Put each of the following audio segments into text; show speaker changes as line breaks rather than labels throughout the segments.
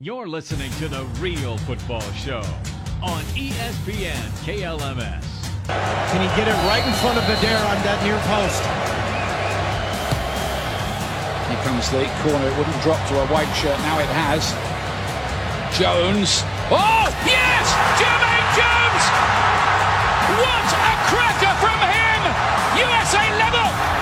You're listening to The Real Football Show on E ESPN KLMS.
Can he get it right in front of Adair on that near post?
Here comes the corner. It wouldn't drop to a white shirt. Now it has. Jones. Oh, yes! Jermaine Jones! What a cracker from him! USA level!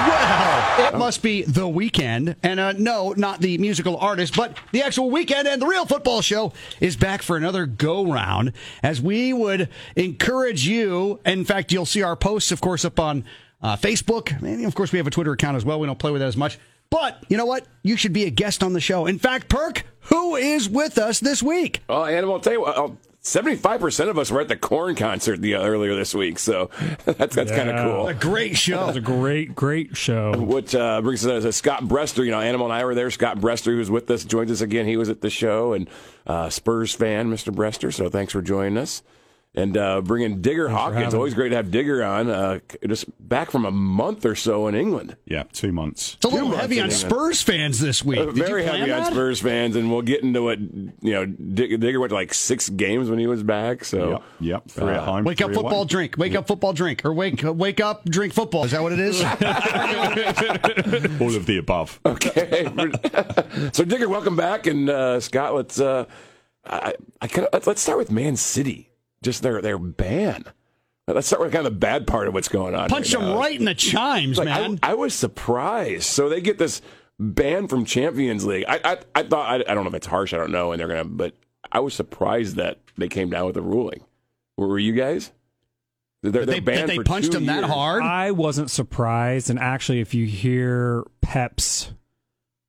Well, it must be the weekend, and uh, no, not the musical artist, but the actual weekend. And the real football show is back for another go round. As we would encourage you, in fact, you'll see our posts, of course, up on uh, Facebook, and of course, we have a Twitter account as well. We don't play with that as much, but you know what? You should be a guest on the show. In fact, Perk, who is with us this week?
Oh, and I'll tell you what. Seventy-five percent of us were at the Corn concert the uh, earlier this week, so that's that's kind
Yeah.
of cool.
A great show.
That was a great, great show.
Which uh, brings us to Scott Brester. You know, Animal and I were there. Scott Brester, who's with us, joins us again. He was at the show and uh, Spurs fan, Mr. Brester. So thanks for joining us. And uh, bringing Digger Hawkins.
having
Always great to have Digger on. Uh, c- just back from a month or so in England.
Yeah, two months.
It's a little heavy on
months in
Spurs fans this week. Did you
Uh, Very
plan
heavy on
that?
Spurs fans, and we'll get into it. You know, Dig- Digger went to like six games when he was back. So uh,
Yep, yep. Three at home.
Wake up
three
football,
away.
drink. Wake up football, drink. Or wake uh, wake up, drink football. Is that what it is?
All of the above.
Okay. so Digger, welcome back, and uh, Scott, let's uh, I, I kinda, let's- let's start with Man City, just their their ban. Let's start with kind of the bad part of what's going on.
Punch
right
them
now.
right in the chimes,
Like, I-
man.
I, was surprised. So they get this ban from Champions League. I I, I thought I, I don't know if it's harsh. I don't know, and they're gonna. But I was surprised that they came down with the ruling. Were, were you guys? They're, they're
that they, that
banned
they
for
punched
two
him that
years. Ah,
hard.
I wasn't surprised, and actually, if you hear Pep's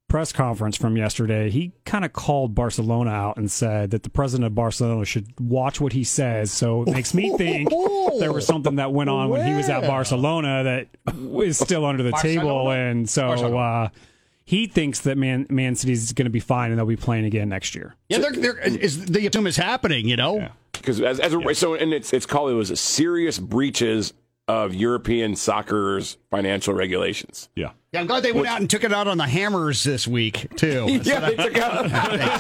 press conference from yesterday, he kind of called Barcelona out and said that the president of Barcelona should watch what he says. So it makes me think there was something that went on when he was at
Well.
Barcelona that is still under the table, and so uh, he thinks that Man Man City's going to be fine and they'll be playing again next year.
yeah, they're, they're, is, they assume it's happening, you know?
because as, as a- so and it's it's called it was serious breaches of European soccer's financial regulations.
Yeah.
Yeah, I'm glad they went out and took it out on the hammers this week, too.
Yeah, they took out.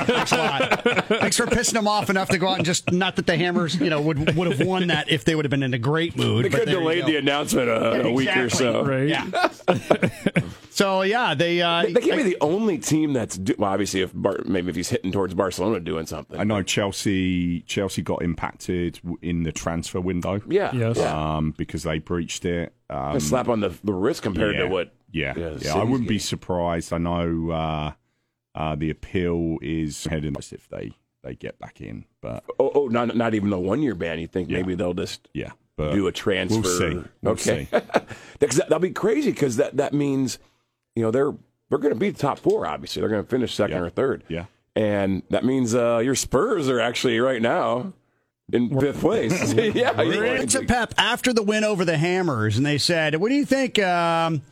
Thanks a lot. Thanks for pissing them off enough to go out and just, not that the hammers, you know, would would have won that if they would have been in a great mood.
They
but
could
there you
delay
go.
the announcement a, a week or
Exactly.
so.
Right?
Yeah. so, yeah, they. Uh,
They can't be the only team that's do- well, obviously if Bar- maybe if he's hitting towards Barcelona doing something.
I know Chelsea. Chelsea got impacted w- in the transfer window.
Yeah,
Yes.
yeah.
Um, because they breached it. Um,
a slap on the, the wrist compared
yeah,
to what.
Yeah,
yeah,
yeah. I
City's
wouldn't be
getting.
surprised. I know uh, uh, the appeal is heading if they they get back in, but
Oh, oh, not not even a one year ban. You think maybe they'll just
yeah, but
do a transfer?
We'll see. We'll
okay,
see.
Because that, that'll be crazy. Because that that means you know they're they're going to be the top four. Obviously, they're going to finish second
Yeah.
or third.
Yeah.
and that means uh, your Spurs are actually right now in fifth place. yeah,
It's a pep after the win over the Hammers, and they said, "What do you think? Um,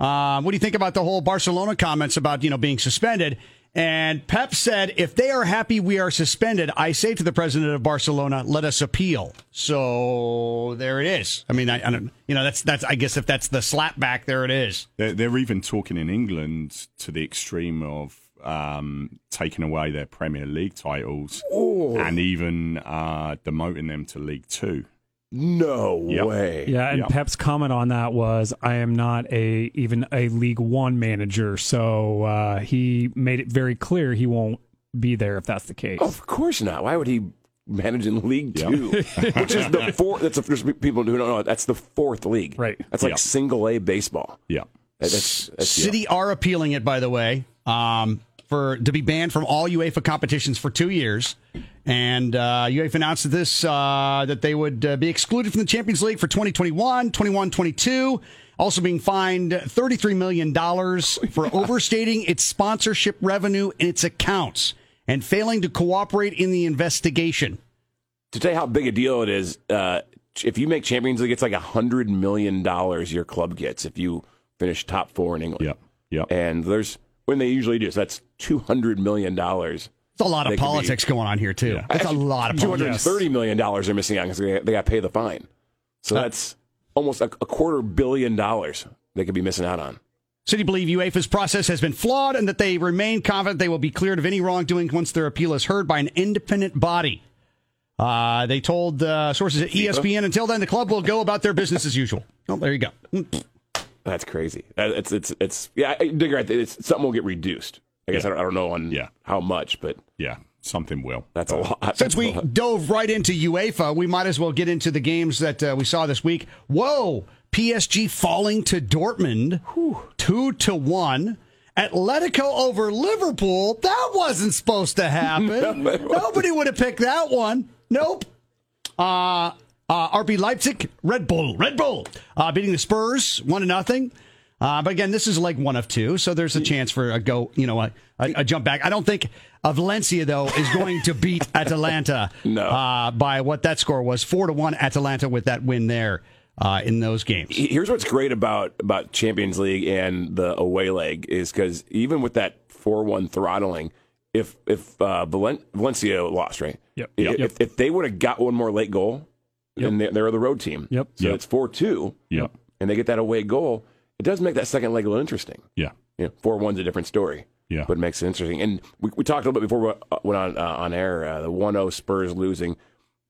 uh, what do you think about the whole Barcelona comments about you know being suspended?" And Pep said, "If they are happy we are suspended, I say to the president of Barcelona, let us appeal." So there it is. I mean, I, I don't, you know, that's that's. I guess if that's the slapback, there it is.
They're, they're even talking in England to the extreme of um, taking away their Premier League titles and even uh, demoting them to League Two.
no
Yep.
way.
Yeah, and
Yeah.
Pep's comment on that was, "I am not a even a League One manager," so uh, he made it very clear he won't be there if that's the case.
Of course not. Why would he manage in League
Yeah.
Two, which is the fourth? That's a, there's people who don't know. That's the fourth league.
Right.
That's like
Yeah.
single A baseball.
Yeah.
That- That's, that's
City are appealing it, by the way, um, for to be banned from all UEFA competitions for two years. And uh, UEFA announced that this uh, that they would uh, be excluded from the Champions League for 2021, 21, 22. also being fined $33 million for overstating its sponsorship revenue in its accounts and failing to cooperate in the investigation.
to tell you how big a deal it is, uh, ch- if you make Champions League, it's like a hundred million dollars your club gets if you finish top four in England.
Yep. Yep.
And there's when they usually do, so that's two hundred million dollars.
It's a lot of
They could be-
politics going on here, too. That's a lot of
Two hundred
politics.
thirty million dollars they're missing out because they, got to pay the fine. So that's almost a, a quarter billion dollars they could be missing out on.
City believe UEFA's process has been flawed and that they remain confident they will be cleared of any wrongdoing once their appeal is heard by an independent body. Uh, they told uh, sources at ESPN, until then, the club will go about their business as usual. Oh, there you go.
That's crazy. That- It's it's it's yeah. I dig right. It's something will get reduced. I guess I, don't, I don't know on
Yeah. Uh,
how much, but
Yeah, something will.
that's a lot.
Since
That's a
we
lot.
dove right into UEFA, we might as well get into the games that uh, we saw this week. Whoa, PSG falling to Dortmund, two to one. Atletico over Liverpool. That wasn't supposed to happen.
No, it wasn't.
Nobody would have picked that one. Nope. Uh, uh, RB Leipzig, Red Bull, Red Bull, uh, beating the Spurs one to nothing. Uh, but again, this is like one of two, so there's a chance for a go, you know, a, a, a jump back. I don't think uh, Valencia though is going to beat Atalanta
No.
uh, by what that score was, four to one Atalanta with that win there uh, in those games.
here's what's great about about Champions League and the away leg is because even with that four one throttling, if if uh, Valen- Valencia lost, right?
Yep.
If,
Yep.
if, if they would have got one more late goal, then they're, they're the road team.
Yep.
So
Yep.
it's four two,
Yep.
and they get that away goal. It does make that second leg a little interesting.
Yeah.
You know, four one's a different story.
Yeah.
But it makes it interesting. And we, we talked a little bit before we uh, went on uh, on air. Uh, the 1-0 Spurs losing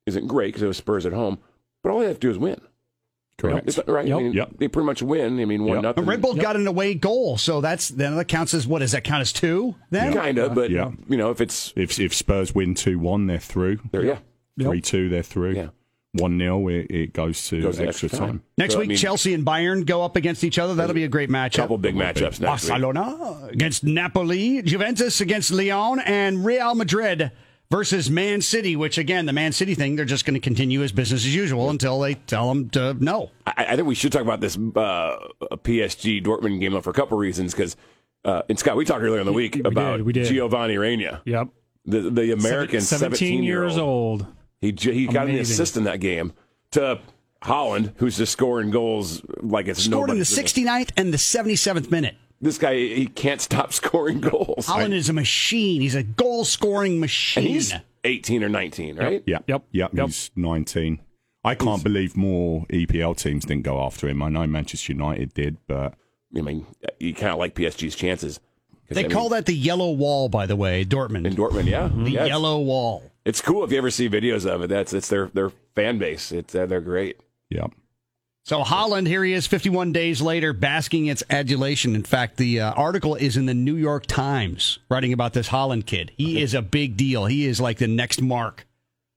isn't great because it was Spurs at home, but all they have to do is win.
Correct.
It's- Right. I mean,
Yep.
They pretty much win. I mean, one
Yep.
nothing.
But Red Bull got an away goal, so that's then that counts as what does that count as two? Then
kind of, but
Yeah.
you know, if it's
If if Spurs win two one, they're through.
there, yeah,
Yep.
Three two, they're through.
Yeah.
One 0 it, it goes to
Goes to
extra
extra time.
time.
next
So, I
week
mean-
Chelsea and Bayern go up against each other. That'll be a great matchup.
a couple big matchups next week.
Barcelona against Napoli, Juventus against Lyon, and Real Madrid versus Man City, which again, the Man City thing, they're just going to continue as business as usual until they tell them to no.
I, I think we should talk about this uh, PSG Dortmund game though, for a couple reasons because. Uh, and Scott, we talked earlier in the week
we
about
did, we did.
Giovanni Reyna,
Yep.
the the American
seventeen years
old.
old.
He j- he got an
Amazing.
assist in that game to Holland, who's just scoring goals like it's
Scored in the
nobody's business.
69th and the 77th minute.
This guy he can't stop scoring goals.
Holland is a machine. He's a goal scoring machine.
and he's eighteen or nineteen, right?
Yeah.
Yep.
Yep.
Yep.
He's nineteen. I can't believe more EPL teams didn't go after him. I know Manchester United did, but
I mean, you kind of like PSG's chances. 'Cause,
they
I mean,
call that the yellow wall, by the way, Dortmund.
in Dortmund, yeah,
the
Yeah, it's-
yellow wall.
It's cool if you ever see videos of it. That's it's their their fan base. It's uh, they're great.
yeah.
So Holland, here he is, 51 days later, basking its adulation. In fact, the uh, article is in the New York Times, writing about this Holland kid. He is a big deal. He is like the next Mark.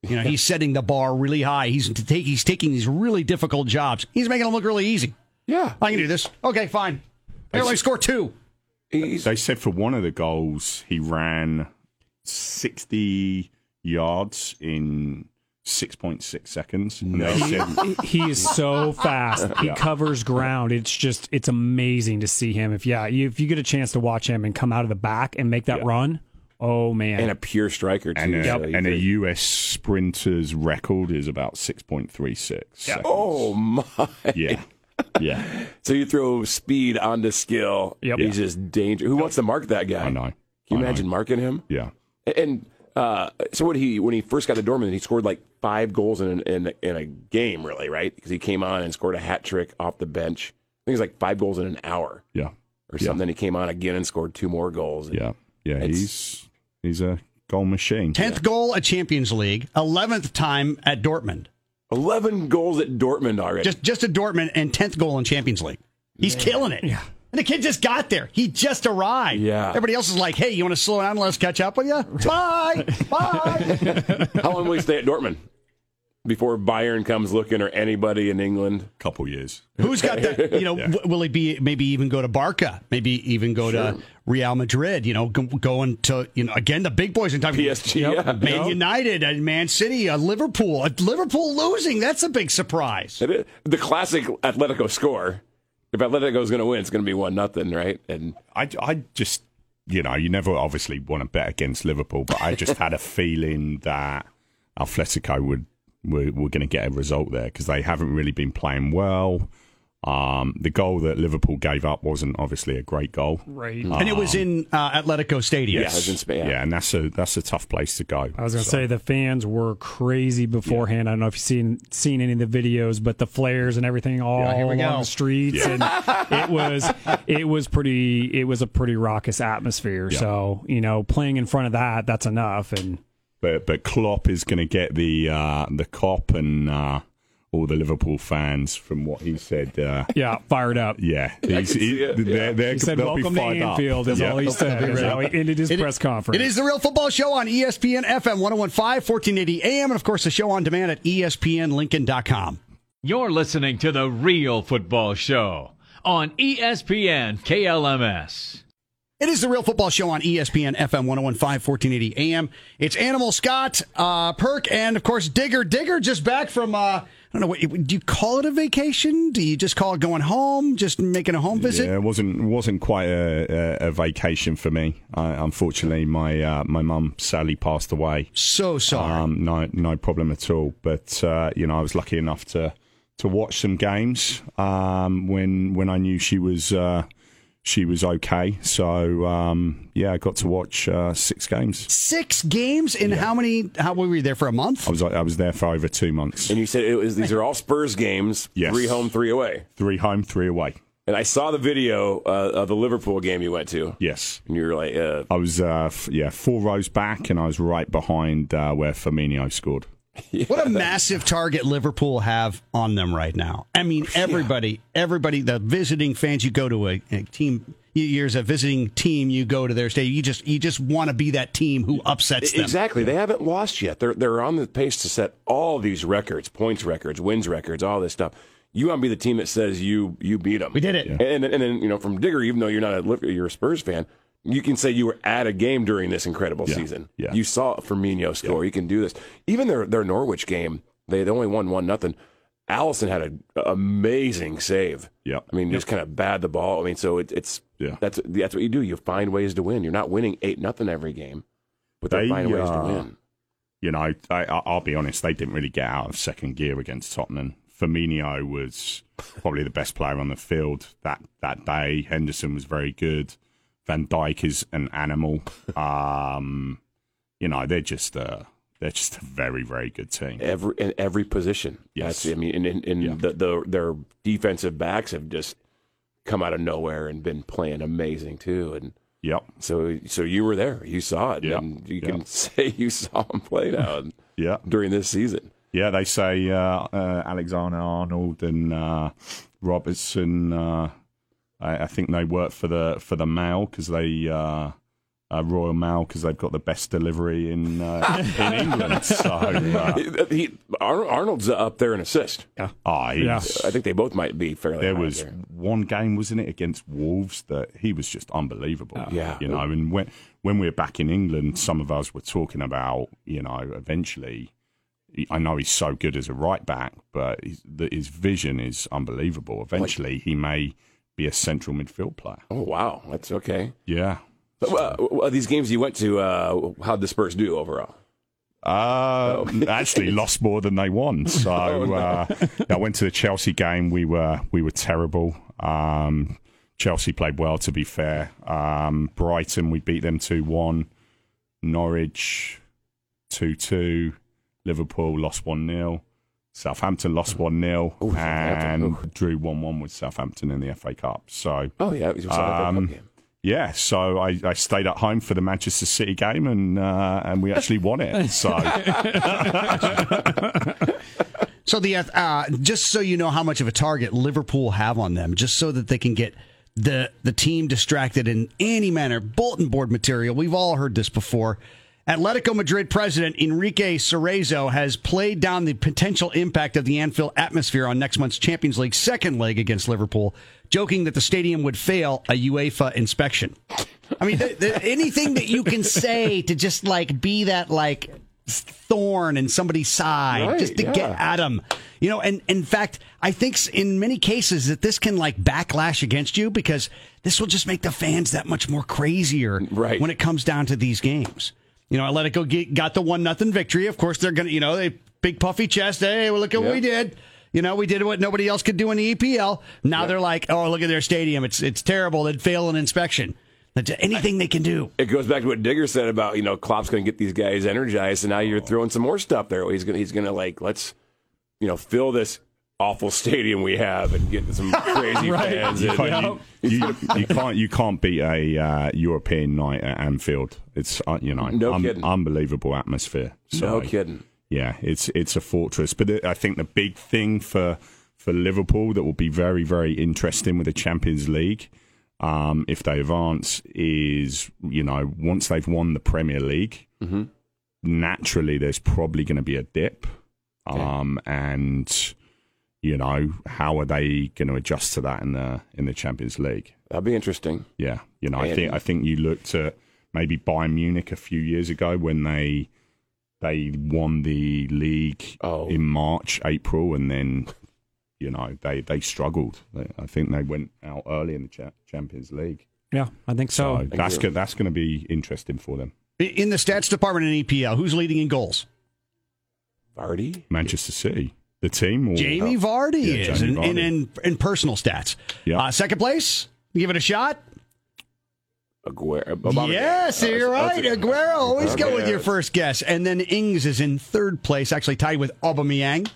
You know, he's setting the bar really high. He's to take, he's taking these really difficult jobs. He's making them look really easy.
Yeah,
I can do this. Okay, fine. I only score two.
he's
They said for one of the goals he ran sixty yards in six point six seconds. No.
He is so fast. He
Yeah.
covers ground. It's just it's amazing to see him. If yeah, you, if you get a chance to watch him and come out of the back and make that
Yeah.
run, oh man,
and a pure striker too.
and a,
so he's
and a
a-
US sprinter's record is about 6.36. seconds.
oh my!
Yeah. Yeah.
So you throw speed onto skill.
Yep.
he's just dangerous. Who wants to mark that guy?
I
Can
know. I
you
know.
imagine marking him?
Yeah.
And uh, so what he when he first got to Dortmund, he scored like five goals in in, in a game, really, right? Because he came on and scored a hat trick off the bench. I think it was like five goals in an hour
Yeah.
or
Yeah.
something. Then he came on again and scored two more goals.
Yeah. Yeah.
It's-
he's he's a goal machine.
Tenth goal at Champions League, eleventh time at Dortmund.
Eleven goals at Dortmund already.
Just just at Dortmund and tenth goal in Champions League. He's killing it. Yeah. And the kid just got there. He just arrived.
Yeah.
Everybody else is like, hey, you want to slow down? Let's catch up with you. Bye. Bye.
How long will he stay at Dortmund before Bayern comes looking or anybody in England?
Couple years.
Who's got that? You know, w- will he be maybe even go to Barca? Maybe even go to Real Madrid? You know, go, going to, you know, again, the big boys in time.
PSG. Yeah.
Man United and Man City, uh, Liverpool. Uh, Liverpool losing. That's a big surprise.
It is- The classic Atletico score If Atletico's going to win, it's going to be one nothing, right? And
I, I just, you know, you never obviously want to bet against Liverpool, but I just had a feeling that Atletico would were, were going to get a result there because they haven't really been playing well. Um, the goal that Liverpool gave up wasn't obviously a great goal.
Right.
and it was in uh, Atletico Stadium.
Yes. in Spain.
Yeah, and that's a that's a tough place to go.
I was gonna say the fans were crazy beforehand. I don't know if you've seen seen any of the videos, but the flares and everything all
here we
along
go.
the streets, and it was it was pretty it was a pretty raucous atmosphere. So you know, playing in front of that, that's enough. And
but but Klopp is going to get the uh, the cop and uh, all the Liverpool fans from what he said. Uh,
yeah, fired up.
yeah, he's,
see
he,
it,
they're, they're,
He said,
they'll be
"Welcome to
fired up."
Anfield." Is
Yeah.
all he said. Is how he ended his
It-
press conference.
It is the Real Football Show on E ESPN FM 1015, 1480 AM, and of course the show on demand at E ESPNLincoln.com.
You're listening to The Real Football Show on E ESPN KLMS.
It is the Real Football Show on E ESPN FM 1015, 1480 AM. It's Animal Scott, uh, Perk, and of course Digger. Digger just back from, uh, I don't know, what, do you call it a vacation? Do you just call it going home? Just making a home visit?
Yeah, it wasn't wasn't quite a, a, a vacation for me. I, unfortunately, my uh, my mum sadly passed away.
So sorry.
Um, no no problem at all. But uh, you know, I was lucky enough to to watch some games um, when when I knew she was uh, she was okay. So um, yeah, I got to watch uh, six games.
Six games in how many, how were you there for a month?
I was I was there for over two months.
and you said it was these are all Spurs games,
Yes.
three home, three away.
Three home, three away.
And I saw the video uh, of the Liverpool game you went to,
Yes.
and you were like, uh,
I was, uh, f- yeah, four rows back, and I was right behind uh, where Firmino scored.
What a massive target Liverpool have on them right now. I mean, everybody, everybody, the visiting fans, you go to a, a team, you- you're as a visiting team, you go to their stadium, you just, you just want to be that team who upsets them.
Exactly. They haven't lost yet. They're they're on the pace to set all these records, points records, wins records, all this stuff. You want to be the team that says you you beat them.
We did it.
And then, and then you know from Digger, even though you're not a Liv- you're a Spurs fan, you can say you were at a game during this incredible season.
Yeah.
You saw Firmino score. You can do this. Even their their Norwich game, they they only won one nothing. Allison had an amazing save.
Yeah.
I mean, just kind of bad the ball. I mean, so it, it's
Yeah.
that's that's what you do. You find ways to win. You're not winning eight nothing every game, but they
They,
find ways to
uh,
win.
you know, I, I, I'll be honest, they didn't really get out of second gear against Tottenham. Firmino was probably the best player on the field that, that day. Henderson was very good. Van Dijk is an animal. Um, you know, they're just a, they're just a very, very good team.
every in every position.
Yes.
That's, I mean, and, and, and
Yeah.
the, the their defensive backs have just come out of nowhere and been playing amazing too. And
Yep.
so, so you were there, you saw it,
Yeah.
and you
Yeah.
can say you saw them play now
Yeah.
during this season.
Yeah, they say uh, uh, Alexander Arnold and uh, Robertson. Uh, I, I think they work for the for the Mail because they uh, uh, Royal Mail because they've got the best delivery in uh, in England. So, uh,
He, Ar- Arnold's up there in assist.
ah, he was-
I think they both might be fairly.
there
high
was
there.
one game, wasn't it, against Wolves that he was just unbelievable.
Yeah.
you know, and when when we were back in England, some of us were talking about, you know, eventually. he- I know he's so good as a right back, but his, the, his vision is unbelievable. Eventually, he may be a central midfield player.
Oh wow, that's okay.
Yeah.
But, uh, well, these games you went to, uh, how'd the Spurs do overall?
Uh,
Oh.
actually, lost more than they won. So uh, I went to the Chelsea game. We were we were terrible. Um, Chelsea played well, to be fair. Um, Brighton, we beat them two one. Norwich, two two. Liverpool lost one 0 Southampton lost one 0
Ooh, Southampton.
and drew one one with Southampton in the FA Cup. So
Oh yeah, it was a
Um,
game.
yeah, so I, I stayed at home for the Manchester City game, and uh, and we actually won it. So.
So the uh, uh, just so you know how much of a target Liverpool have on them, just so that they can get the the team distracted in any manner. Bulletin board material. We've all heard this before. Atletico Madrid president Enrique Cerezo has played down the potential impact of the Anfield atmosphere on next month's Champions League second leg against Liverpool, joking that the stadium would fail a UEFA inspection. I mean, th- th- anything that you can say to just like be that like thorn in somebody's side
Right,
just to get
yeah.
at them. You know, and in fact, I think s- in many cases that this can like backlash against you because this will just make the fans that much more crazier
Right.
when it comes down to these games. You know, Atletico ge- got the one nothing victory. Of course, they're gonna, you know, they big puffy chest. Hey, well, look at what
Yeah.
we did. You know, we did what nobody else could do in the EPL. Now they're like, oh, look at their stadium. It's it's terrible. They'd fail an inspection. That's anything they can do.
It goes back to what Digger said about you know Klopp's going to get these guys energized, and now you're throwing some more stuff there. He's going to he's going to like let's you know fill this awful stadium we have and get some crazy fans.
You
in.
can't, you, you, you can't you can't beat a uh, European night at Anfield. It's uh, you know
No kidding.
unbelievable atmosphere. So,
No kidding.
Yeah, it's it's a fortress. But it, I think the big thing for for Liverpool that will be very very interesting with the Champions League, um, if they advance, is you know once they've won the Premier League, naturally there's probably going to be a dip, um, and you know how are they going to adjust to that in the in the Champions League?
That'd be interesting.
Yeah, you know,
Yeah.
I think I think you looked at maybe Bayern Munich a few years ago when they they won the league
Oh.
in March, April, and then you know they they struggled. They- I think they went out early in the cha- Champions League.
Yeah, I think
So
so.
that's go- that's going to be interesting for them.
I- In the stats department in EPL, who's leading in goals?
Vardy.
Manchester City, the team, or, uh,
Jamie Vardy
oh. Yeah,
is
Jamie
in, in,
Vardy.
in, in personal stats.
Yeah.
Uh, second place, give it a shot.
Aguero.
Oh,
Aubameyang.
Yes, you're
Uh,
right. Aguero, always go with
Okay.
your first guess. And then Ings is in third place, actually tied with Aubameyang.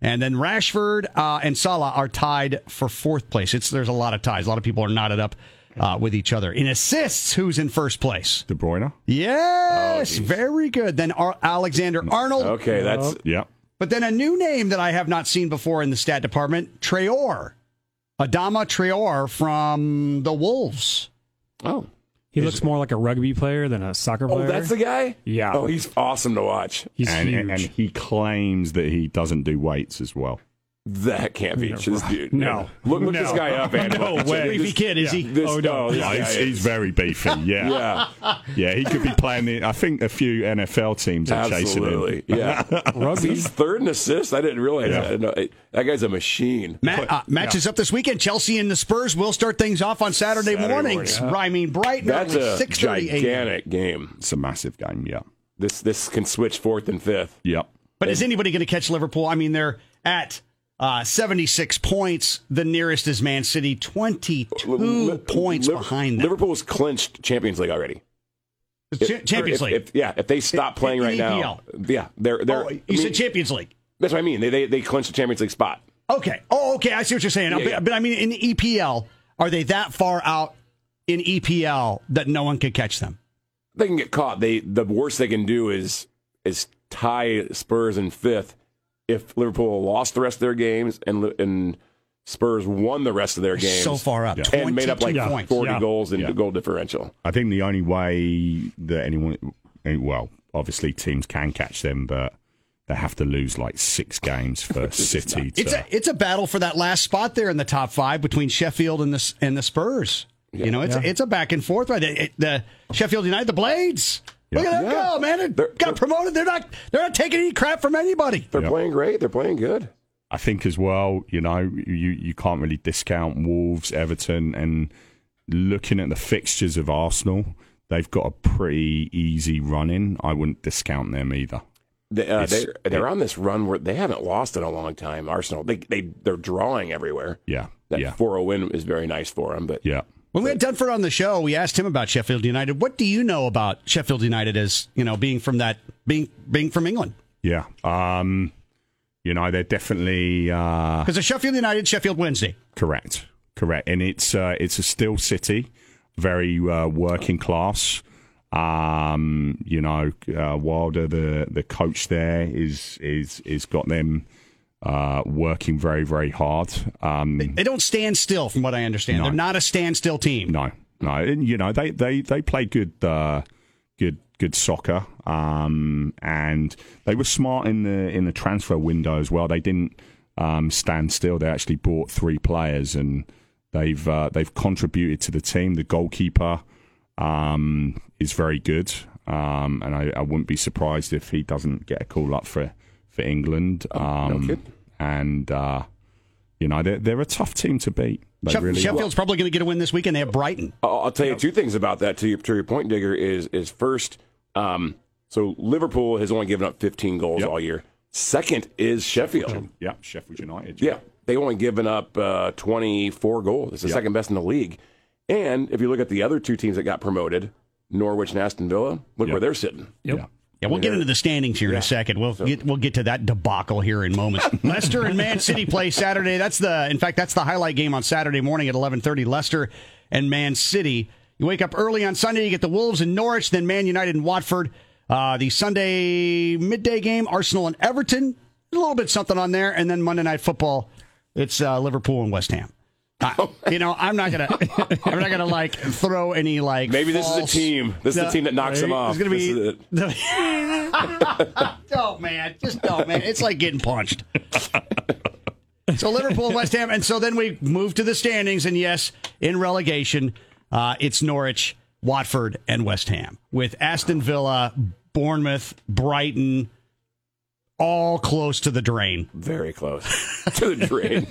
And then Rashford uh, and Salah are tied for fourth place. It's there's a lot of ties. A lot of people are knotted up uh, with each other. In assists, who's in first place?
De Bruyne.
Yes, very good. Then Ar- Alexander Arnold.
Okay, that's
Yeah,
But then a new name that I have not seen before in the stat department, Traor. Adama Traor from the Wolves.
oh.
He looks more like a rugby player than a soccer
Oh,
player.
that's the guy.
Yeah.
Oh, he's awesome to watch.
He's
and,
huge.
and and he claims that he doesn't do weights as well.
That can't be just dude.
No.
Look, look
No.
this guy up, Andy.
No way.
Beefy kid, is he?
This,
Oh, no.
oh, this
Yeah,
guy
he's,
is-
he's very beefy. Yeah.
Yeah,
Yeah, he could be playing the. I think a few NFL teams are chasing him.
absolutely. Yeah,
Rugby.
he's third in assists. I didn't realize
Yeah.
that. I didn't know- it- that guy's a machine.
Ma- uh, matches up this weekend. Chelsea and the Spurs will start things off on Saturday,
Saturday
mornings.
morning.
I mean, bright and
That's
early,
a
6:30 a.m.
gigantic game.
It's a massive game. Yeah.
This this can switch fourth and fifth.
Yep.
But is anybody going to catch Liverpool? I mean, they're at uh, 76 points. The nearest is Man City, 22
Li-
points
Liver-
behind them.
Liverpool's clinched Champions League already.
Ch- Champions
If-
League.
if- yeah, if they stop
If-
playing
in
right now, yeah, they're they're.
oh, you
I mean,
said Champions League.
that's what I mean. They they, they clinched the Champions League spot.
Okay. Oh, okay. I see what you're saying.
Yeah,
but,
yeah.
but I mean, in EPL, are they that far out in EPL that no one could catch them?
they can get caught. They the worst they can do is is tie Spurs in fifth. If Liverpool lost the rest of their games and Li- and Spurs won the rest of their games,
So far up,
and made up like
22 points.
forty
Yeah.
goals in
Yeah.
goal differential.
I think the only way that anyone, eh, well, obviously teams can catch them, but they have to lose like six games for City. To,
It's a it's a battle for that last spot there in the top five between Sheffield and the and the Spurs. you know, it's a, it's a back and forth. Right, It- it- the Sheffield United, the Blades. Look at them
Yeah.
go, man! They
They're-
got promoted. They're not they're not taking any crap from anybody.
They're
Yeah.
playing great. They're playing good.
I think as well, you know, you you can't really discount Wolves, Everton, and looking at the fixtures of Arsenal, they've got a pretty easy run in. I wouldn't discount them either.
They, uh,
It's-
they're, they're on this run where they haven't lost in a long time. Arsenal, they they they're drawing everywhere.
Yeah.
That
yeah.
4-0 win is very nice for them, but
yeah.
When we had Dunford on the show, we asked him about Sheffield United. What do you know about Sheffield United as you know being from that being being from England?
Yeah. Um, you know, they're definitely uh,
Because the Sheffield United, Sheffield Wednesday.
correct. Correct. And it's uh, it's a still city, very uh, working class. Um, you know, uh, Wilder, the the coach there, is is is got them uh, working very very hard. Um,
They don't stand still, from what I understand.
No.
They're not a standstill team.
No, no. And, you know, they they they play good, uh, good, good soccer, um, and they were smart in the in the transfer window as well. They didn't um, stand still. They actually bought three players, and they've uh, they've contributed to the team. The goalkeeper um, is very good. um, and I, I wouldn't be surprised if he doesn't get a call up for for England. Um,
kidding.
and uh, you know they're they're a tough team to beat. They
Sheff-
really
Sheffield's probably going to get a win this weekend. They have Brighton.
I'll, I'll tell you two things about that to your, to your point, Digger, is, is first, um, so Liverpool has only given up 15 goals
Yep.
all year. Second is Sheffield.
yeah, Sheffield United.
Yeah, they only given up uh, 24 goals. It's the second best in the league. And if you look at the other two teams that got promoted, Norwich and Aston Villa, look where
Yep.
they're sitting.
yeah.
Yeah, we'll get into the standings here in a second. We'll get we'll get to that debacle here in moments. Leicester and Man City play Saturday. That's the in fact that's the highlight game on Saturday morning at eleven thirty. Leicester and Man City. You wake up early on Sunday. You get the Wolves and Norwich, then Man United and Watford. Uh, the Sunday midday game, Arsenal and Everton. A little bit something on there, and then Monday Night Football. It's uh, Liverpool and West Ham. I, you know, I'm not gonna, I'm not gonna like throw any like.
Maybe this is a
false-
team. This is
No.
the team that knocks them off.
It's gonna
This
be.
is it.
don't man, just don't man. It's like getting punched. so Liverpool, West Ham, and so then we move to the standings, and yes, in relegation, uh, it's Norwich, Watford, and West Ham with Aston Villa, Bournemouth, Brighton, all close to the drain.
very close to the drain.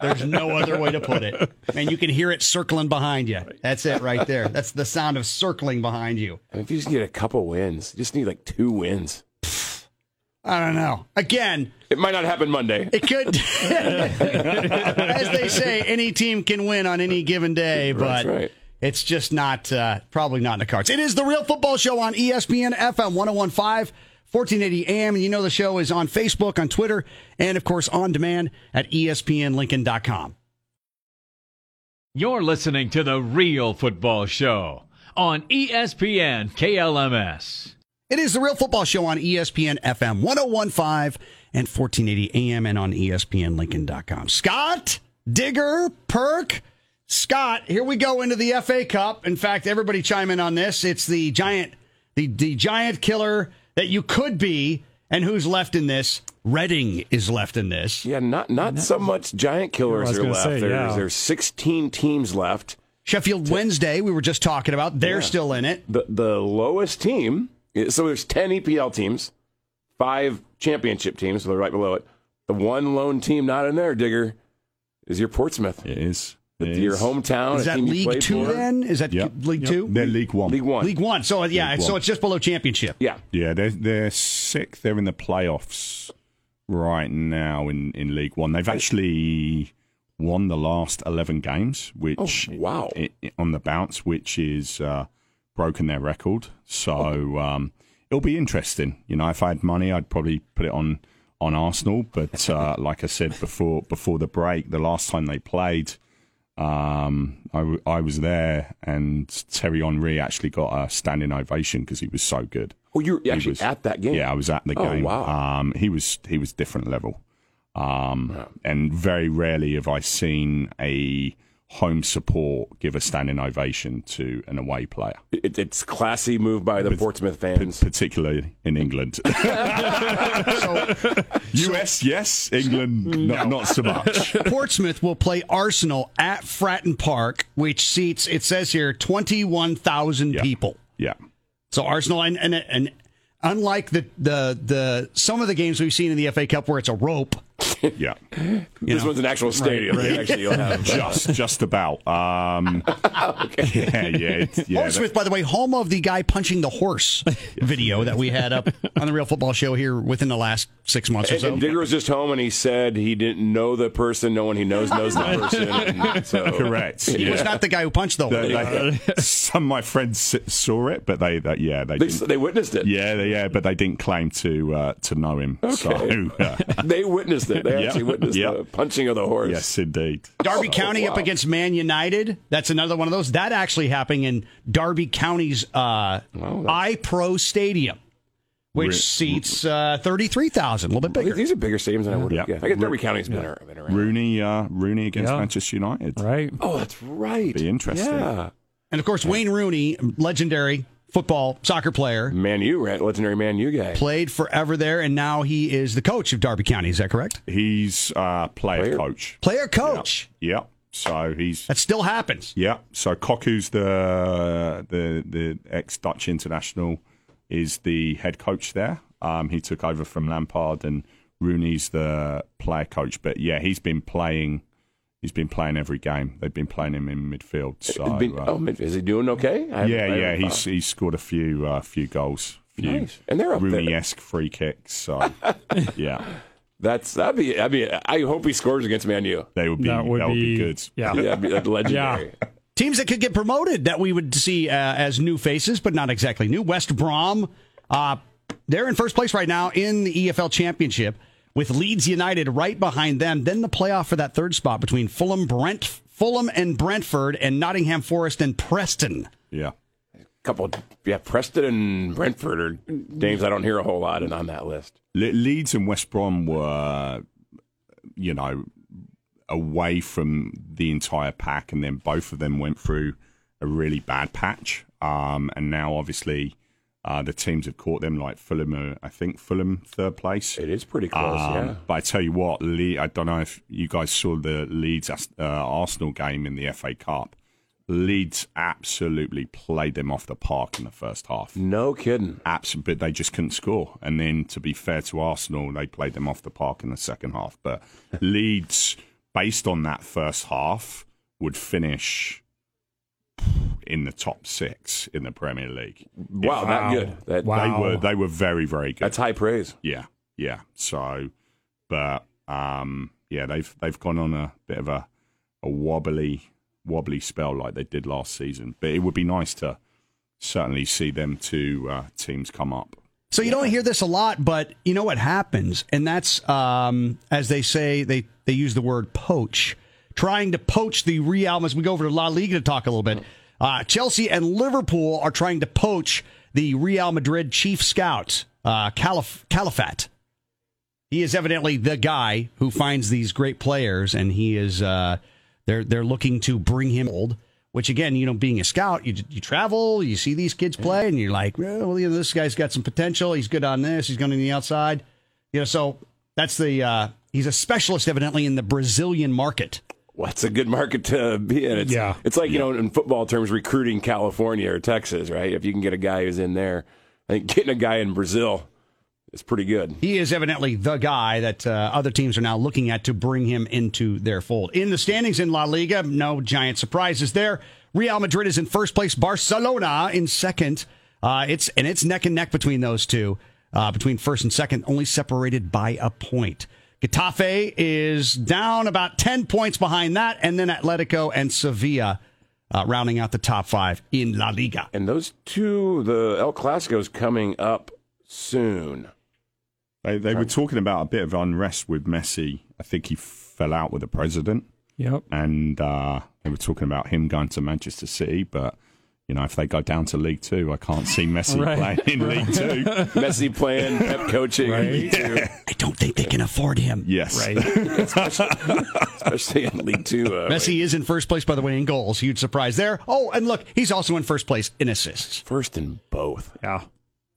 There's no other way to put it. And you can hear it circling behind you. That's it right there. That's the sound of circling behind you.
if you just need a couple wins, you just need like two wins.
I don't know. Again,
It might not happen Monday.
It could, as they say, any team can win on any given day, but
That's right.
it's just not uh, probably not in the cards. It is the Real Football Show on E ESPN FM 1015. 1480 AM. And you know the show is on Facebook, on Twitter, and of course on demand at E ESPNLincoln.com.
You're listening to The Real Football Show on E ESPN KLMS.
It is the Real Football Show on E ESPN FM 1015 and 1480 AM and on E ESPNLincoln.com. Scott, Digger, Perk, Scott, here we go into the FA Cup. In fact, everybody chime in on this. It's the giant, the, the giant killer that you could be, and who's left in this? Reading is left in this.
Yeah, not not so much giant killers
I was
are
gonna
left.
say,
there's,
yeah.
there's 16 teams left.
Sheffield Wednesday, we were just talking about. They're still in it.
The the lowest team. So there's 10 EPL teams, five championship teams. So they're right below it. The one lone team not in there, Digger, is your Portsmouth,
It is. It is.
your hometown.
Is
a
that
team you play
League Two
for.
then? Is that
Yep.
League Two?
They're League One.
League One.
League One. So, yeah,
League
so
One.
it's just below championship.
Yeah,
Yeah, they're they're sixth. They're in the playoffs right now in, in League One. They've actually won the last eleven games, which
Oh, wow.
i- i- on the bounce, which is uh, broken their record.
Oh.
So um, it'll be interesting. You know, if I had money, I'd probably put it on on Arsenal. But uh, like I said before before the break, the last time they played. Um, I, w- I was there, and Terry Henry actually got a standing ovation because he was so good.
Oh, you were
He
actually
was-
at that game.
Yeah, I was at the
Oh,
game.
wow.
Um, he was he was different level, um, and very rarely have I seen a home support give a standing ovation to an away player,
It, it's classy move by the Portsmouth fans.
particularly in England. US, yes. England, not, not so much.
Portsmouth will play Arsenal at Fratton Park, which seats, it says here, 21,000
Yeah.
people.
Yeah,
So Arsenal, and, and, and unlike the, the, the some of the games we've seen in the FA Cup where it's a rope,
yeah.
this one's an actual stadium. Actually, you'll have
Just, just about. Um, Yeah, yeah, it's- yeah. that-
Portsmouth, by the way, home of the guy punching the horse video that we had up on the Real Football Show here within the last six months or
And,
so.
and Digger was just home, and he said he didn't know the person. No one he knows knows the person. And so
correct.
He was
yeah.
not the guy who punched the horse.
They- they- some of my friends s- saw it, but they, they yeah, they,
They,
didn't,
they witnessed it.
yeah, they, yeah, but they didn't claim to uh, to know him. So, uh,
They witnessed it. They
Yeah.
actually witnessed
Yeah.
the punching of the horse.
yes, indeed.
Derby County up
wow.
against Man United. That's another one of those. That actually happened in Derby County's uh, iPro Stadium, which
Re-
seats uh, 33,000, a little bit bigger.
These are bigger stadiums than I would have
Yeah.
guessed. I guess Derby County's been, ar- been around.
Rooney, uh, Rooney against
Yeah.
Manchester United.
right?
Oh, that's right.
Be interesting.
Yeah.
And of course, Wayne Rooney, legendary football soccer player,
Man U, right? legendary Man U guy.
played forever there, and now he is the coach of Derby County. Is that correct?
He's uh, player,
Player?
coach.
Player coach.
Yeah, so he's
That still happens.
yeah. So Koku's the the the ex Dutch international. is the head coach there. Um, he took over from Lampard, and Rooney's the player coach. But yeah, he's been playing. He's been playing every game. They've been playing him in midfield. So
Been-
uh,
oh, mid- is he doing okay? I haven't- I
yeah,
haven't
yeah,
thought.
he's he's scored a few uh, few goals, few
Nice. And they're up there.
Rooney-esque free kicks. So yeah,
That's that'd be. I mean, I hope he scores against Man U.
they would be
That would be-
good.
yeah.
Yeah, that'd be that'd be legendary.
Teams that could get promoted that we would see uh, as new faces, but not exactly new. West Brom, uh, they're in first place right now in the EFL Championship with Leeds United right behind them. Then the playoff for that third spot between Fulham, Brent, Fulham and Brentford, and Nottingham Forest and Preston.
Yeah,
Couple, yeah, Preston and Brentford are
Mm-hmm.
names I don't hear a whole lot, and on that list.
Le- Leeds and West Brom were, you know, away from the entire pack, and then both of them went through a really bad patch. Um, and now, obviously, uh, the teams have caught them. Like Fulham, are, I think Fulham third place.
It is pretty close.
Um,
yeah.
But I tell you what, Le- I don't know if you guys saw the Leeds uh, Arsenal game in the FA Cup. Leeds absolutely played them off the park in the first half.
No kidding.
Abs- but they just couldn't score. And then, to be fair to Arsenal, they played them off the park in the second half. But Leeds, based on that first half, would finish in the top six in the Premier League.
Wow, that good. That,
They
Wow.
were they were very very good.
That's high praise.
Yeah, yeah. So, but um, yeah, they've they've gone on a bit of a, a wobbly wobbly spell like they did last season. But it would be nice to certainly see them two uh, teams come up.
So you don't hear this a lot, but you know what happens, and that's um, as they say they they use the word poach, trying to poach the Real. As we go over to La Liga to talk a little bit, uh, Chelsea and Liverpool are trying to poach the Real Madrid chief scout uh, Calif- Califat. He is evidently the guy who finds these great players, and he is uh, they're they're looking to bring him old. Which again, you know, being a scout, you you travel, you see these kids play, and you're like, well, you know, this guy's got some potential. He's good on this. He's going on the outside. You know, so that's the uh, he's a specialist evidently in the Brazilian market.
Well, that's a good market to be in. It's,
Yeah.
It's like, you know, in football terms, recruiting California or Texas, right? If you can get a guy who's in there, I think getting a guy in Brazil is pretty good.
He is evidently the guy that uh, other teams are now looking at to bring him into their fold. In the standings in La Liga, no giant surprises there. Real Madrid is in first place, Barcelona in second. Uh, it's and it's neck and neck between those two, uh, between first and second, only separated by a point. Getafe is down about ten points behind that, and then Atletico and Sevilla uh, rounding out the top five in La Liga.
And those two, the El Clasico's coming up soon.
They they were talking about a bit of unrest with Messi. I think he fell out with the president,
Yep.
and uh, they were talking about him going to Manchester City, but. You know, if they go down to League Two, I can't see Messi
Right.
playing in League Two.
Messi playing, Pep coaching, League Two,
I don't think they can afford him.
Yes,
especially in League Two. Uh,
Messi is in first place, by the way, in goals. Huge surprise there. Oh, and look, he's also in first place in assists.
First in both.
Yeah.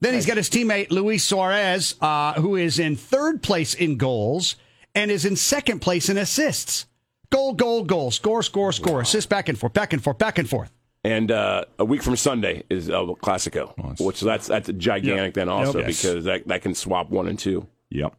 Then he's got his teammate Luis Suarez, uh, who is in third place in goals and is in second place in assists. Goal, goal, goal. Score, score, score. Assist back and forth, back and forth, back and forth.
And uh, a week from Sunday is El Clasico,
Nice.
which that's that's gigantic then also
Yes.
because that, that can swap one and two.
yep.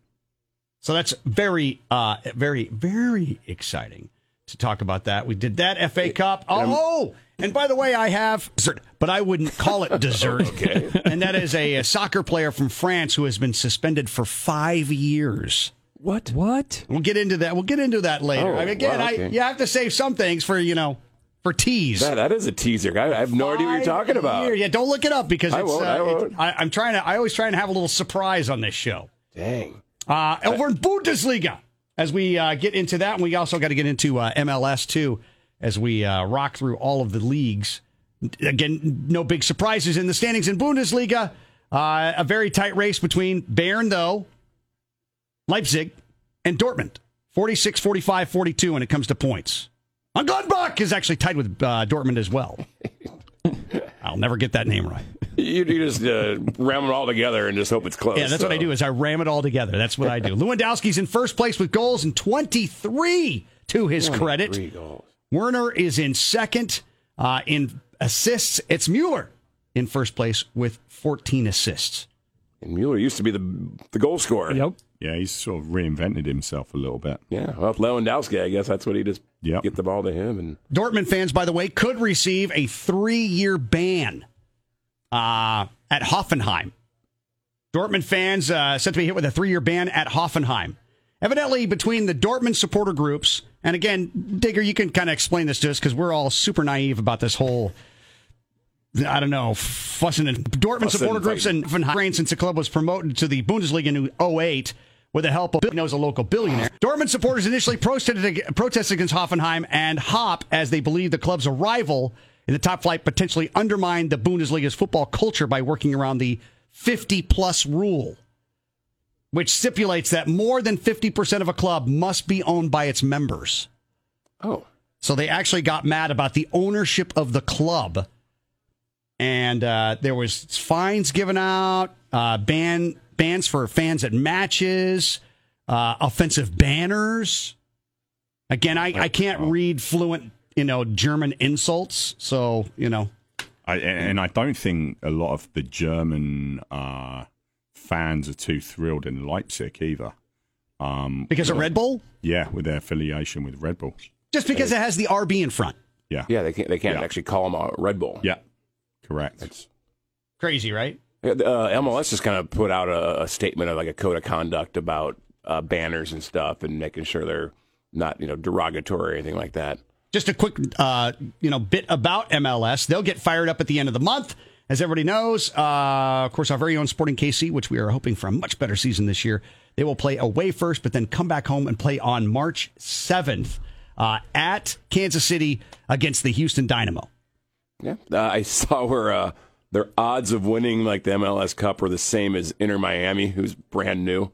So that's very, uh, very, very exciting to talk about that. We did that FA Cup. Oh, oh,
Um,
and by the way, I have dessert, but I wouldn't call it dessert. okay. And that is a, a soccer player from France who has been suspended for five years.
What? What?
We'll get into that. We'll get into that later.
Oh,
I mean, again,
wow,
I,
okay.
you have to save some things for, you know, for teas.
That, that is a teaser. I, I have no idea what you're talking about.
Here, Yeah, don't look it up because
I
it's,
won't,
uh,
I
it-
won't.
I, I'm trying to, I always try and have a little surprise on this show.
Dang.
Uh, over in Bundesliga, as we uh, get into that, and we also got to get into uh, MLS too, as we uh, rock through all of the leagues. Again, no big surprises in the standings in Bundesliga. Uh, a very tight race between Bayern, though, Leipzig, and Dortmund. 46, 45, 42 when it comes to points. And Gladbach is actually tied with uh, Dortmund as well. I'll never get that name right.
You, you just uh, ram it all together and just hope it's close.
Yeah, that's what I
Oh, so.
do is I ram it all together. That's what I do. Lewandowski's in first place with goals and 23 to his
Three
credit.
goals.
Werner is in second uh, in assists. It's Mueller in first place with 14 assists.
And Mueller used to be the the goal scorer.
Yep.
Yeah, he's sort of reinvented himself a little bit.
Yeah. Well, Lewandowski, I guess that's what he just
Yep.
get the ball to him and
Dortmund fans, by the way, could receive a three-year ban uh, at Hoffenheim. Dortmund fans uh, set to be hit with a three-year ban at Hoffenheim. Evidently, between the Dortmund supporter groups, and again, Digger, you can kind of explain this to us because we're all super naive about this whole. I don't know, fussing and Dortmund
Fussing
supporter
and
groups
fighting.
and Hoffenheim since the club was promoted to the Bundesliga in 08 with the help of Bill knows a local billionaire. Dortmund supporters initially protested, protested against Hoffenheim and Hop as they believed the club's arrival in the top flight potentially undermined the Bundesliga's football culture by working around the 50 plus rule, which stipulates that more than 50% of a club must be owned by its members.
oh.
So they actually got mad about the ownership of the club, and uh, there was fines given out, uh, ban bans for fans at matches, uh, offensive banners. Again, I, I can't read fluent you know German insults, so you know
I, and I don't think a lot of the German uh, fans are too thrilled in Leipzig either. Um,
because of Red Bull,
yeah, with their affiliation with Red Bull.
just because it has the RB in front,
Yeah,
Yeah, they can't they can't
Yeah.
actually call him a Red Bull.
yeah, correct.
crazy, right?
Yeah, the, Uh, MLS just kind of put out a, a statement of like a code of conduct about uh, banners and stuff and making sure they're not you know derogatory or anything like that.
just a quick uh, you know bit about MLS. They'll get fired up at the end of the month. As everybody knows, uh, of course, our very own Sporting KC, which we are hoping for a much better season this year, they will play away first, but then come back home and play on March 7th uh, at Kansas City against the Houston Dynamo.
Yeah, uh, I saw where uh, their odds of winning like the MLS Cup were the same as Inter Miami, who's brand new.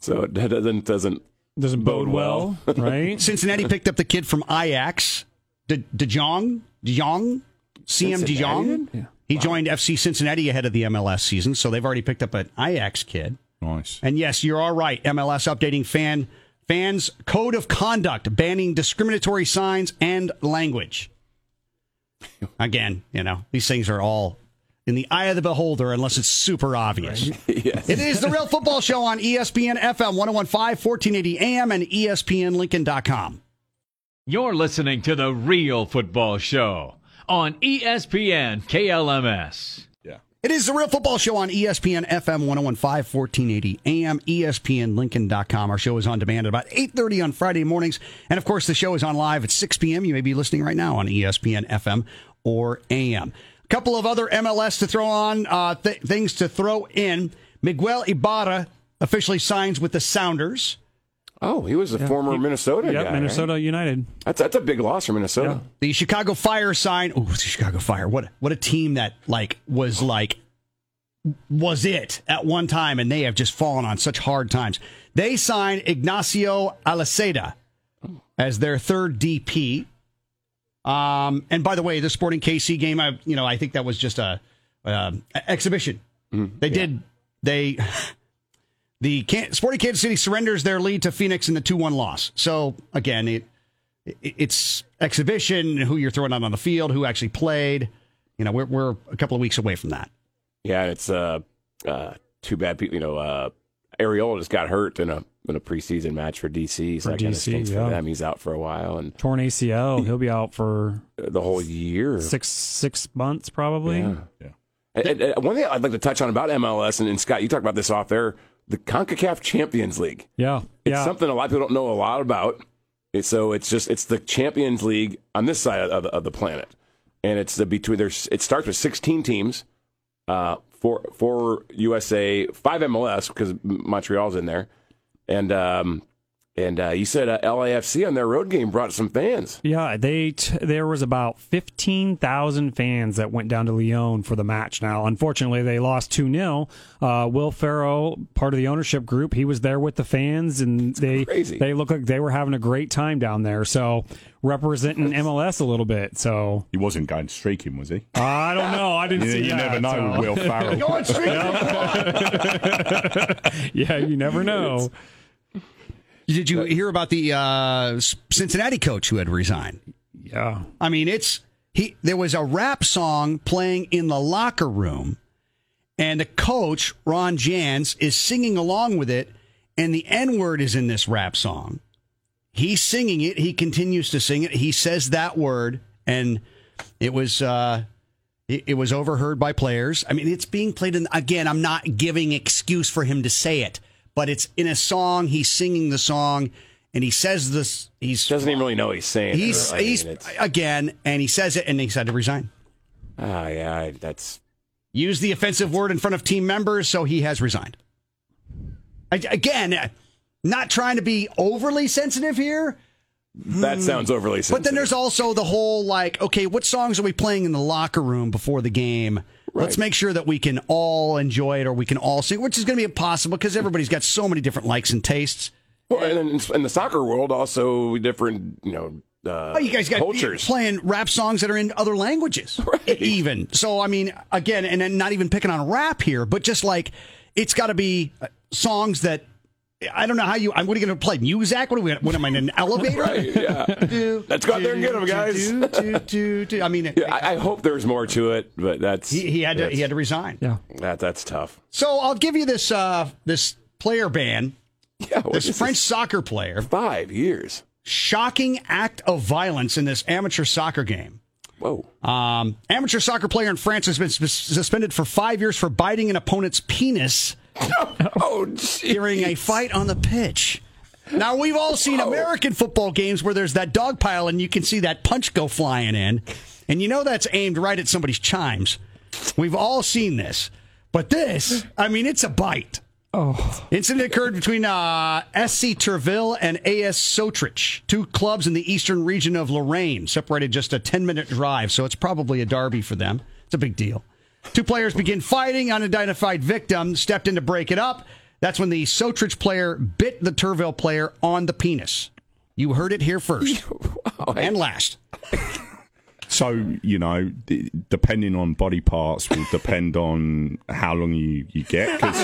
So it doesn't doesn't
Doesn't bode well, right?
Cincinnati picked up the kid from Ajax, De, De Jong, De Jong, CM De Jong. He joined FC Cincinnati ahead of the MLS season, so they've already picked up an Ajax kid.
Nice.
And yes, you're all right. MLS updating fan fans code of conduct banning discriminatory signs and language. Again, you know, these things are all in the eye of the beholder unless it's super obvious. It is the Real Football Show on E ESPN FM 1015 1480 AM and E ESPNLincoln.com.
You're listening to The Real Football Show on E ESPN KLMS.
It is the Real Football Show on E ESPN FM 1015 1480 AM, ESPNLincoln.com. Our show is on demand at about 8.30 on Friday mornings. And of course, the show is on live at 6 p.m. You may be listening right now on E ESPN FM or AM. A couple of other MLS to throw on, uh, th- things to throw in. Miguel Ibarra officially signs with the Sounders.
Oh, he was a former Minnesota guy.
Yep,
right? Oh.
Minnesota United.
That's that's a big loss for Minnesota.
The Chicago Fire sign. Oh, the Chicago Fire. What what a team that like was like was it at one time, and they have just fallen on such hard times. They signed Ignacio Aliceda as their third DP. Um, and by the way, the Sporting KC game, I you know I think that was just a um, a- exhibition. they did they the Can- Sporting Kansas City surrenders their lead to Phoenix in the two one loss. So again, it it- it's exhibition, who you're throwing out on the field, who actually played. You know, we're, we're a couple of weeks away from that.
Yeah, and it's uh, uh, too bad people. You know, uh, Ariola just got hurt in a in a preseason match for DC, so
For
that kind of
DC,
stinks
yeah.
for them. He's out for a while and
Torn ACL. He'll be out for
uh, the whole year.
six six months probably.
Yeah.
Yeah.
And- and- and one thing I'd like to touch on about MLS and, and Scott, you talked about this off there, the Concacaf Champions League.
Yeah.
It's
yeah.
something a lot of people don't know a lot about. It's- so it's just it's the Champions League on this side of the, of the planet, and it's the between there's it starts with 16 teams, uh, four four USA, five MLS because Montreal's in there, and um, and uh, you said uh, LAFC on their road game brought some fans.
Yeah, they t- there was about 15,000 fans that went down to Lyon for the match. Now, unfortunately, they lost 2-0. Uh, Will Farrow, part of the ownership group, he was there with the fans and they
crazy.
they looked like they were having a great time down there. So, representing MLS a little bit. So,
He wasn't going streaking, was he?
I don't know. I didn't
You,
see
you
that,
never know,
so-
with Will Farrell.
Yeah, you never know.
Did you hear about the uh, Cincinnati coach who had resigned?
Yeah.
I mean, it's he there was a rap song playing in the locker room, and the coach Ron Jans is singing along with it, and the N word is in this rap song. He's singing it. He continues to sing it. He says that word, and it was. Uh, it, it was overheard by players. I mean, it's being played in again. I'm not giving excuse for him to say it, but it's in a song. He's singing the song, and he says this. He's
Doesn't even really know what he's saying. it,
he's
really. I mean,
he's
it's-
again, and he says it, and he's had to resign.
ah, yeah, I- that's
Use the offensive word in front of team members, so he has resigned. I- Again, uh, not trying to be overly sensitive here,
that sounds overly. Sensitive.
Hmm. but then there's also the whole like, okay, what songs are we playing in the locker room before the game? Let's
Right.
make sure that we can all enjoy it, or we can all sing, which is going to be impossible because everybody's got so many different likes and tastes.
Well, and then in- in the soccer world, also different, you know, uh,
Oh, you guys got
cultures.
playing rap songs that are in other languages, even. So, I mean, again, and then not even picking on rap here, but just like it's got to be uh, songs that I don't know how you. I'm what are you going to play? Muzak? What are we? What am I in an elevator? Do,
Let's go out there and get 'em,
do,
guys.
do, do, do, do. I mean,
Yeah, I, I hope there's more to it, but that's
he, he had to he had to resign.
Yeah.
that, that's tough.
So I'll give you this uh, this player ban.
Yeah, what
This
is
French soccer player,
five years.
shocking act of violence in this amateur soccer game.
Whoa,
Um, amateur soccer player in France has been sus- suspended for five years for biting an opponent's penis
oh, gee.
during a fight on the pitch. Now we've all seen American football games where there's that dog pile and you can see that punch go flying in, and you know that's aimed right at somebody's chimes. We've all seen this, but this, I mean, it's a bite.
Oh,
Incident occurred between uh, SC Terville and AS Sotrich, two clubs in the eastern region of Lorraine, separated just a 10 minute drive, so it's probably a derby for them. It's a big deal. Two players begin fighting. Unidentified victim stepped in to break it up. That's when the Sotrich player bit the Terville player on the penis. You heard it here first and last.
So you know, d- depending on body parts will depend on how long you you get. 'cause,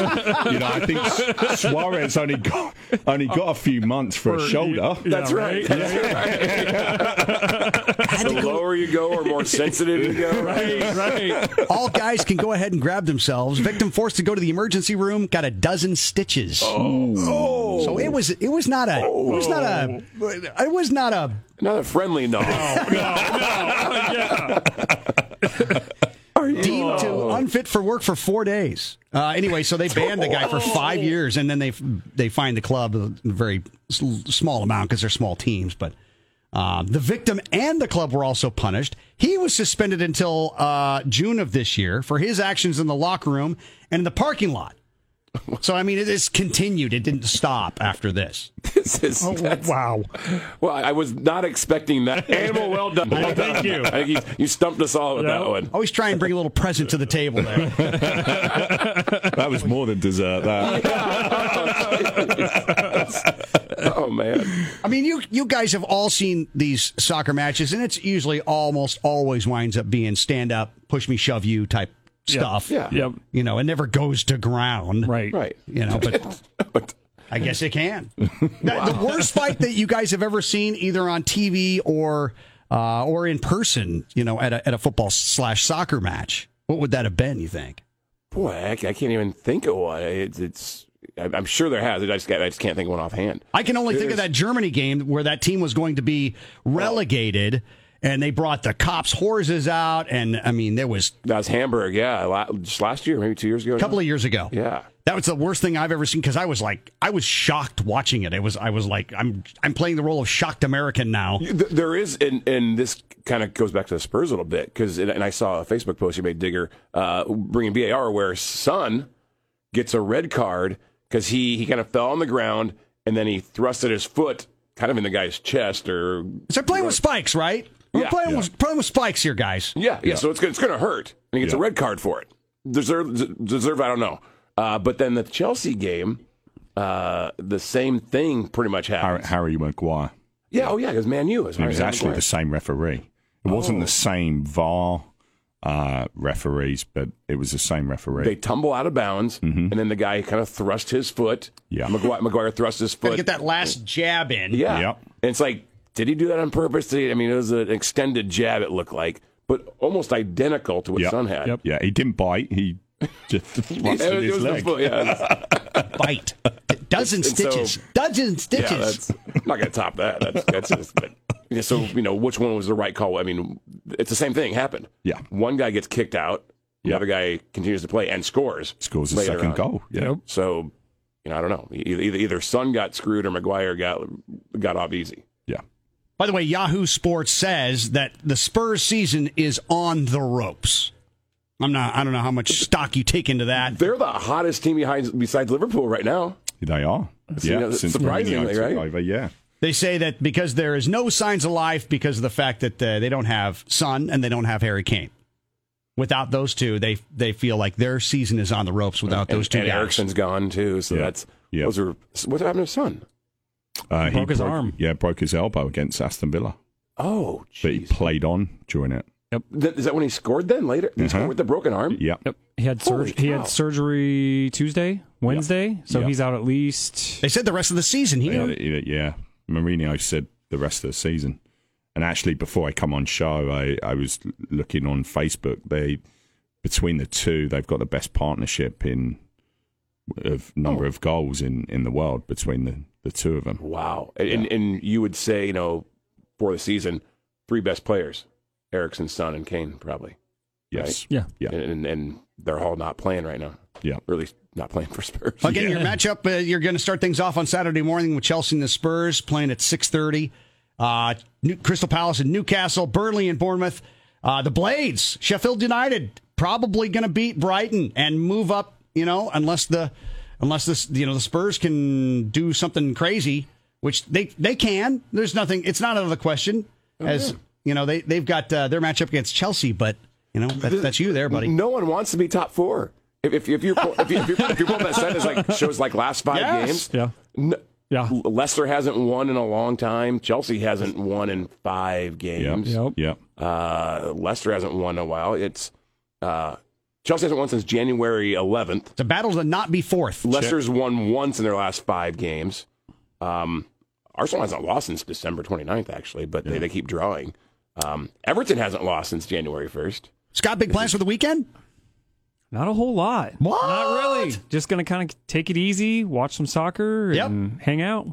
you know, I think S- Suarez only got only got a few months for a shoulder.
that's right. the lower you go, or more sensitive you go. Right.
right.
All guys can go ahead and grab themselves. Victim forced to go to the emergency room, got a dozen stitches.
Oh.
So it was it was not a it was not a it was not a
Not a friendly knock.
deemed to unfit for work for four days. Uh, anyway, so they banned the guy for five years, and then they they fined the club a very s- small amount because they're small teams. But um, the victim and the club were also punished. He was suspended until uh, June of this year for his actions in the locker room and in the parking lot. So I mean, it is continued. It didn't stop after this.
This is that's-
Wow.
Well, I I was not expecting that. Animal, well done.
thank you.
I think you, you stumped us all with that
Yeah.
one.
Always try and bring a little present to the table there.
That was more than dessert. That
Oh man.
I mean, you you guys have all seen these soccer matches, and it's usually almost always winds up being stand up, push me, shove you type stuff.
Yeah.
Yep.
You know, it never goes to ground.
Right.
Right.
You know, but I guess it can. The- The worst fight that you guys have ever seen, either on TV or uh, or in person, you know, at a, at a football slash soccer match, what would that have been? You think?
Boy, I, I can't even think of one. It's, it's I- I'm sure there has. I just, got- I just can't think of one offhand.
I can only think of that Germany game where that team was going to be relegated. And they brought the cops' horses out, and I mean, there was
That was Hamburg. Yeah, la- just last year, maybe two years ago.
a couple of years ago.
Yeah.
That was the worst thing I've ever seen because I was like, I was shocked watching it. It was, I was like, I'm, I'm playing the role of shocked American now.
Th- There is, and, and this kind of goes back to the Spurs a little bit because, and I saw a Facebook post you made, Digger, uh, bringing VAR where Son gets a red card because he he kind of fell on the ground and then he thrusted his foot kind of in the guy's chest or
So I'm playing with spikes, right? We're
Yeah.
playing, With, playing with spikes here, guys.
Yeah, yeah. So it's gonna- it's going to hurt, and he gets a
Yeah.
red card for it. Deserve, d- deserve. I don't know. Uh, but then the Chelsea game, uh, the same thing pretty much
Harry,
happened.
Harry Maguire.
Yeah. Oh yeah, because Man U is.
It was actually the same referee. It wasn't
Oh.
the same VAR uh, referees, but it was the same referee.
They tumble out of bounds, and then the guy kind of thrust his foot.
Mm-hmm. Yeah.
McGuire, McGuire thrust his
Gotta
foot.
get that last jab in.
Yeah.
Yep.
And it's like, did he do that on purpose? Did he, I mean, it was an extended jab. It looked like, but almost identical to what
Yeah.
Sun had.
Yep. Yeah, he didn't bite. He just
Yeah,
thrusted
it
his
was the
leg.
full- yeah,
Bite. Dozen
And so-
stitches. Dozen
Yeah,
stitches.
that's I'm not going to top that. That's that's just. But, yeah, so you know, which one was the right call? I mean, it's the same thing happened.
Yeah.
one guy gets kicked out. The
Yeah.
other guy continues to play and scores.
Scores his
later
second
on.
goal. Yeah.
Yep.
So, you know, I don't know. Either, either- either Sun got screwed or McGuire got got off easy.
Yeah.
By the way, Yahoo Sports says that the Spurs season is on the ropes. I'm not. I don't know how much stock you take into that.
They're the hottest team behind besides Liverpool right now.
They are.
you
yeah.
know,
since
surprisingly,
Mourinho took
right?
Over, yeah.
They say that because there is no signs of life because of the fact that uh, they don't have Son and they don't have Harry Kane. Without those two, they they feel like their season is on the ropes. Without those two
and
guys,
Ericsson's gone too. So
Yeah.
that's
Yeah.
those are what happened to Sun.
Uh,
Broke his arm.
Yeah, broke his elbow against Aston Villa,
Oh,
but he
jeez.
played on during it.
Th- is that when he scored? Then later, he
Uh-huh.
scored with the broken arm.
Yeah.
Yep. He had
Holy
surg- he
cow.
had surgery Tuesday, Wednesday, so
Yeah.
he's out at least
they said the rest of the season. He
Yeah. yeah, yeah. Mourinho said the rest of the season. And actually, before I come on show, I, I was l- looking on Facebook. They between the two, they've got the best partnership in of number of goals in, in the world between the, the two of them.
Wow. And, and and you would say, you know, for the season, three best players, Erickson, Son, and Kane, probably.
Yes,
yeah.
Yeah.
And, and they're all not playing right now.
Yeah.
Or at least not playing for Spurs.
Again, your matchup. Uh, you're going to start things off on Saturday morning with Chelsea and the Spurs playing at 6:30. Uh, New- Crystal Palace and Newcastle, Burnley and Bournemouth. Uh, the Blades, Sheffield United, probably going to beat Brighton and move up. You know, unless the unless this you know the Spurs can do something crazy, which they they can. There's nothing. It's not out of the question. as you know, they they've got uh, their matchup against Chelsea, but you know that, that's you there, buddy.
No one wants to be top four. If, if, if you're if you if you're, if you're pulling that set as like shows like last five
Yes.
games,
Yeah.
n-
Yeah.
Leicester hasn't won in a long time. Chelsea hasn't won in five
yeah,
games.
yeah,
Yep.
yeah.
Uh, Leicester hasn't won in a while. It's uh, Chelsea hasn't won since January 11th.
It's a battle to not be fourth.
Leicester's won once in their last five games. Um, Arsenal hasn't lost since December 29th, actually, but they, they keep drawing. Um, Everton hasn't lost since January 1st.
Scott, big plans for the weekend.
Not a whole lot. Not really. Just gonna kind of take it easy, watch some soccer,
Yep.
and hang out.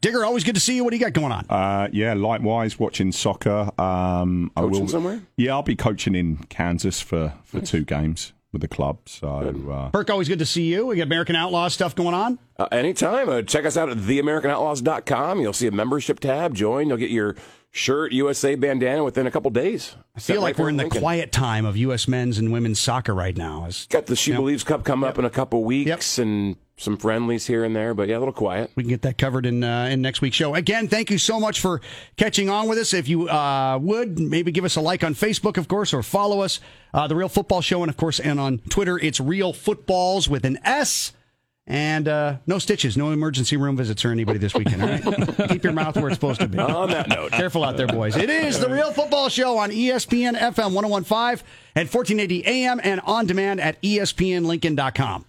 Digger, always good to see you. What do you got going on?
Uh, yeah, likewise, watching soccer. Um, I
Coaching
will,
somewhere?
Yeah, I'll be coaching in Kansas for, for two games with the club. So uh,
Burke, always good to see you. We got American Outlaw stuff going on.
Uh, anytime, uh, check us out at theamericanoutlaws.com. You'll see a membership tab. Join. You'll get your shirt, USA bandana within a couple days.
I feel like we're in the quiet time of U.S. men's and women's soccer right now. As
Got the She Believes Cup come up in a couple weeks and some friendlies here and there, but yeah, a little quiet.
we can get that covered in uh, in next week's show. Again, thank you so much for catching on with us. If you uh, would, maybe give us a like on Facebook, of course, or follow us, uh, the Real Football Show, and of course, and on Twitter, it's Real Footballs with an S. And uh, no stitches, no emergency room visits or anybody this weekend. All right, keep your mouth where it's supposed to be.
On that note,
Careful out there, boys. It is the Real Football Show on E oh E ESPN FM 1015 and 1480 AM and on demand at ESPNLincoln.com.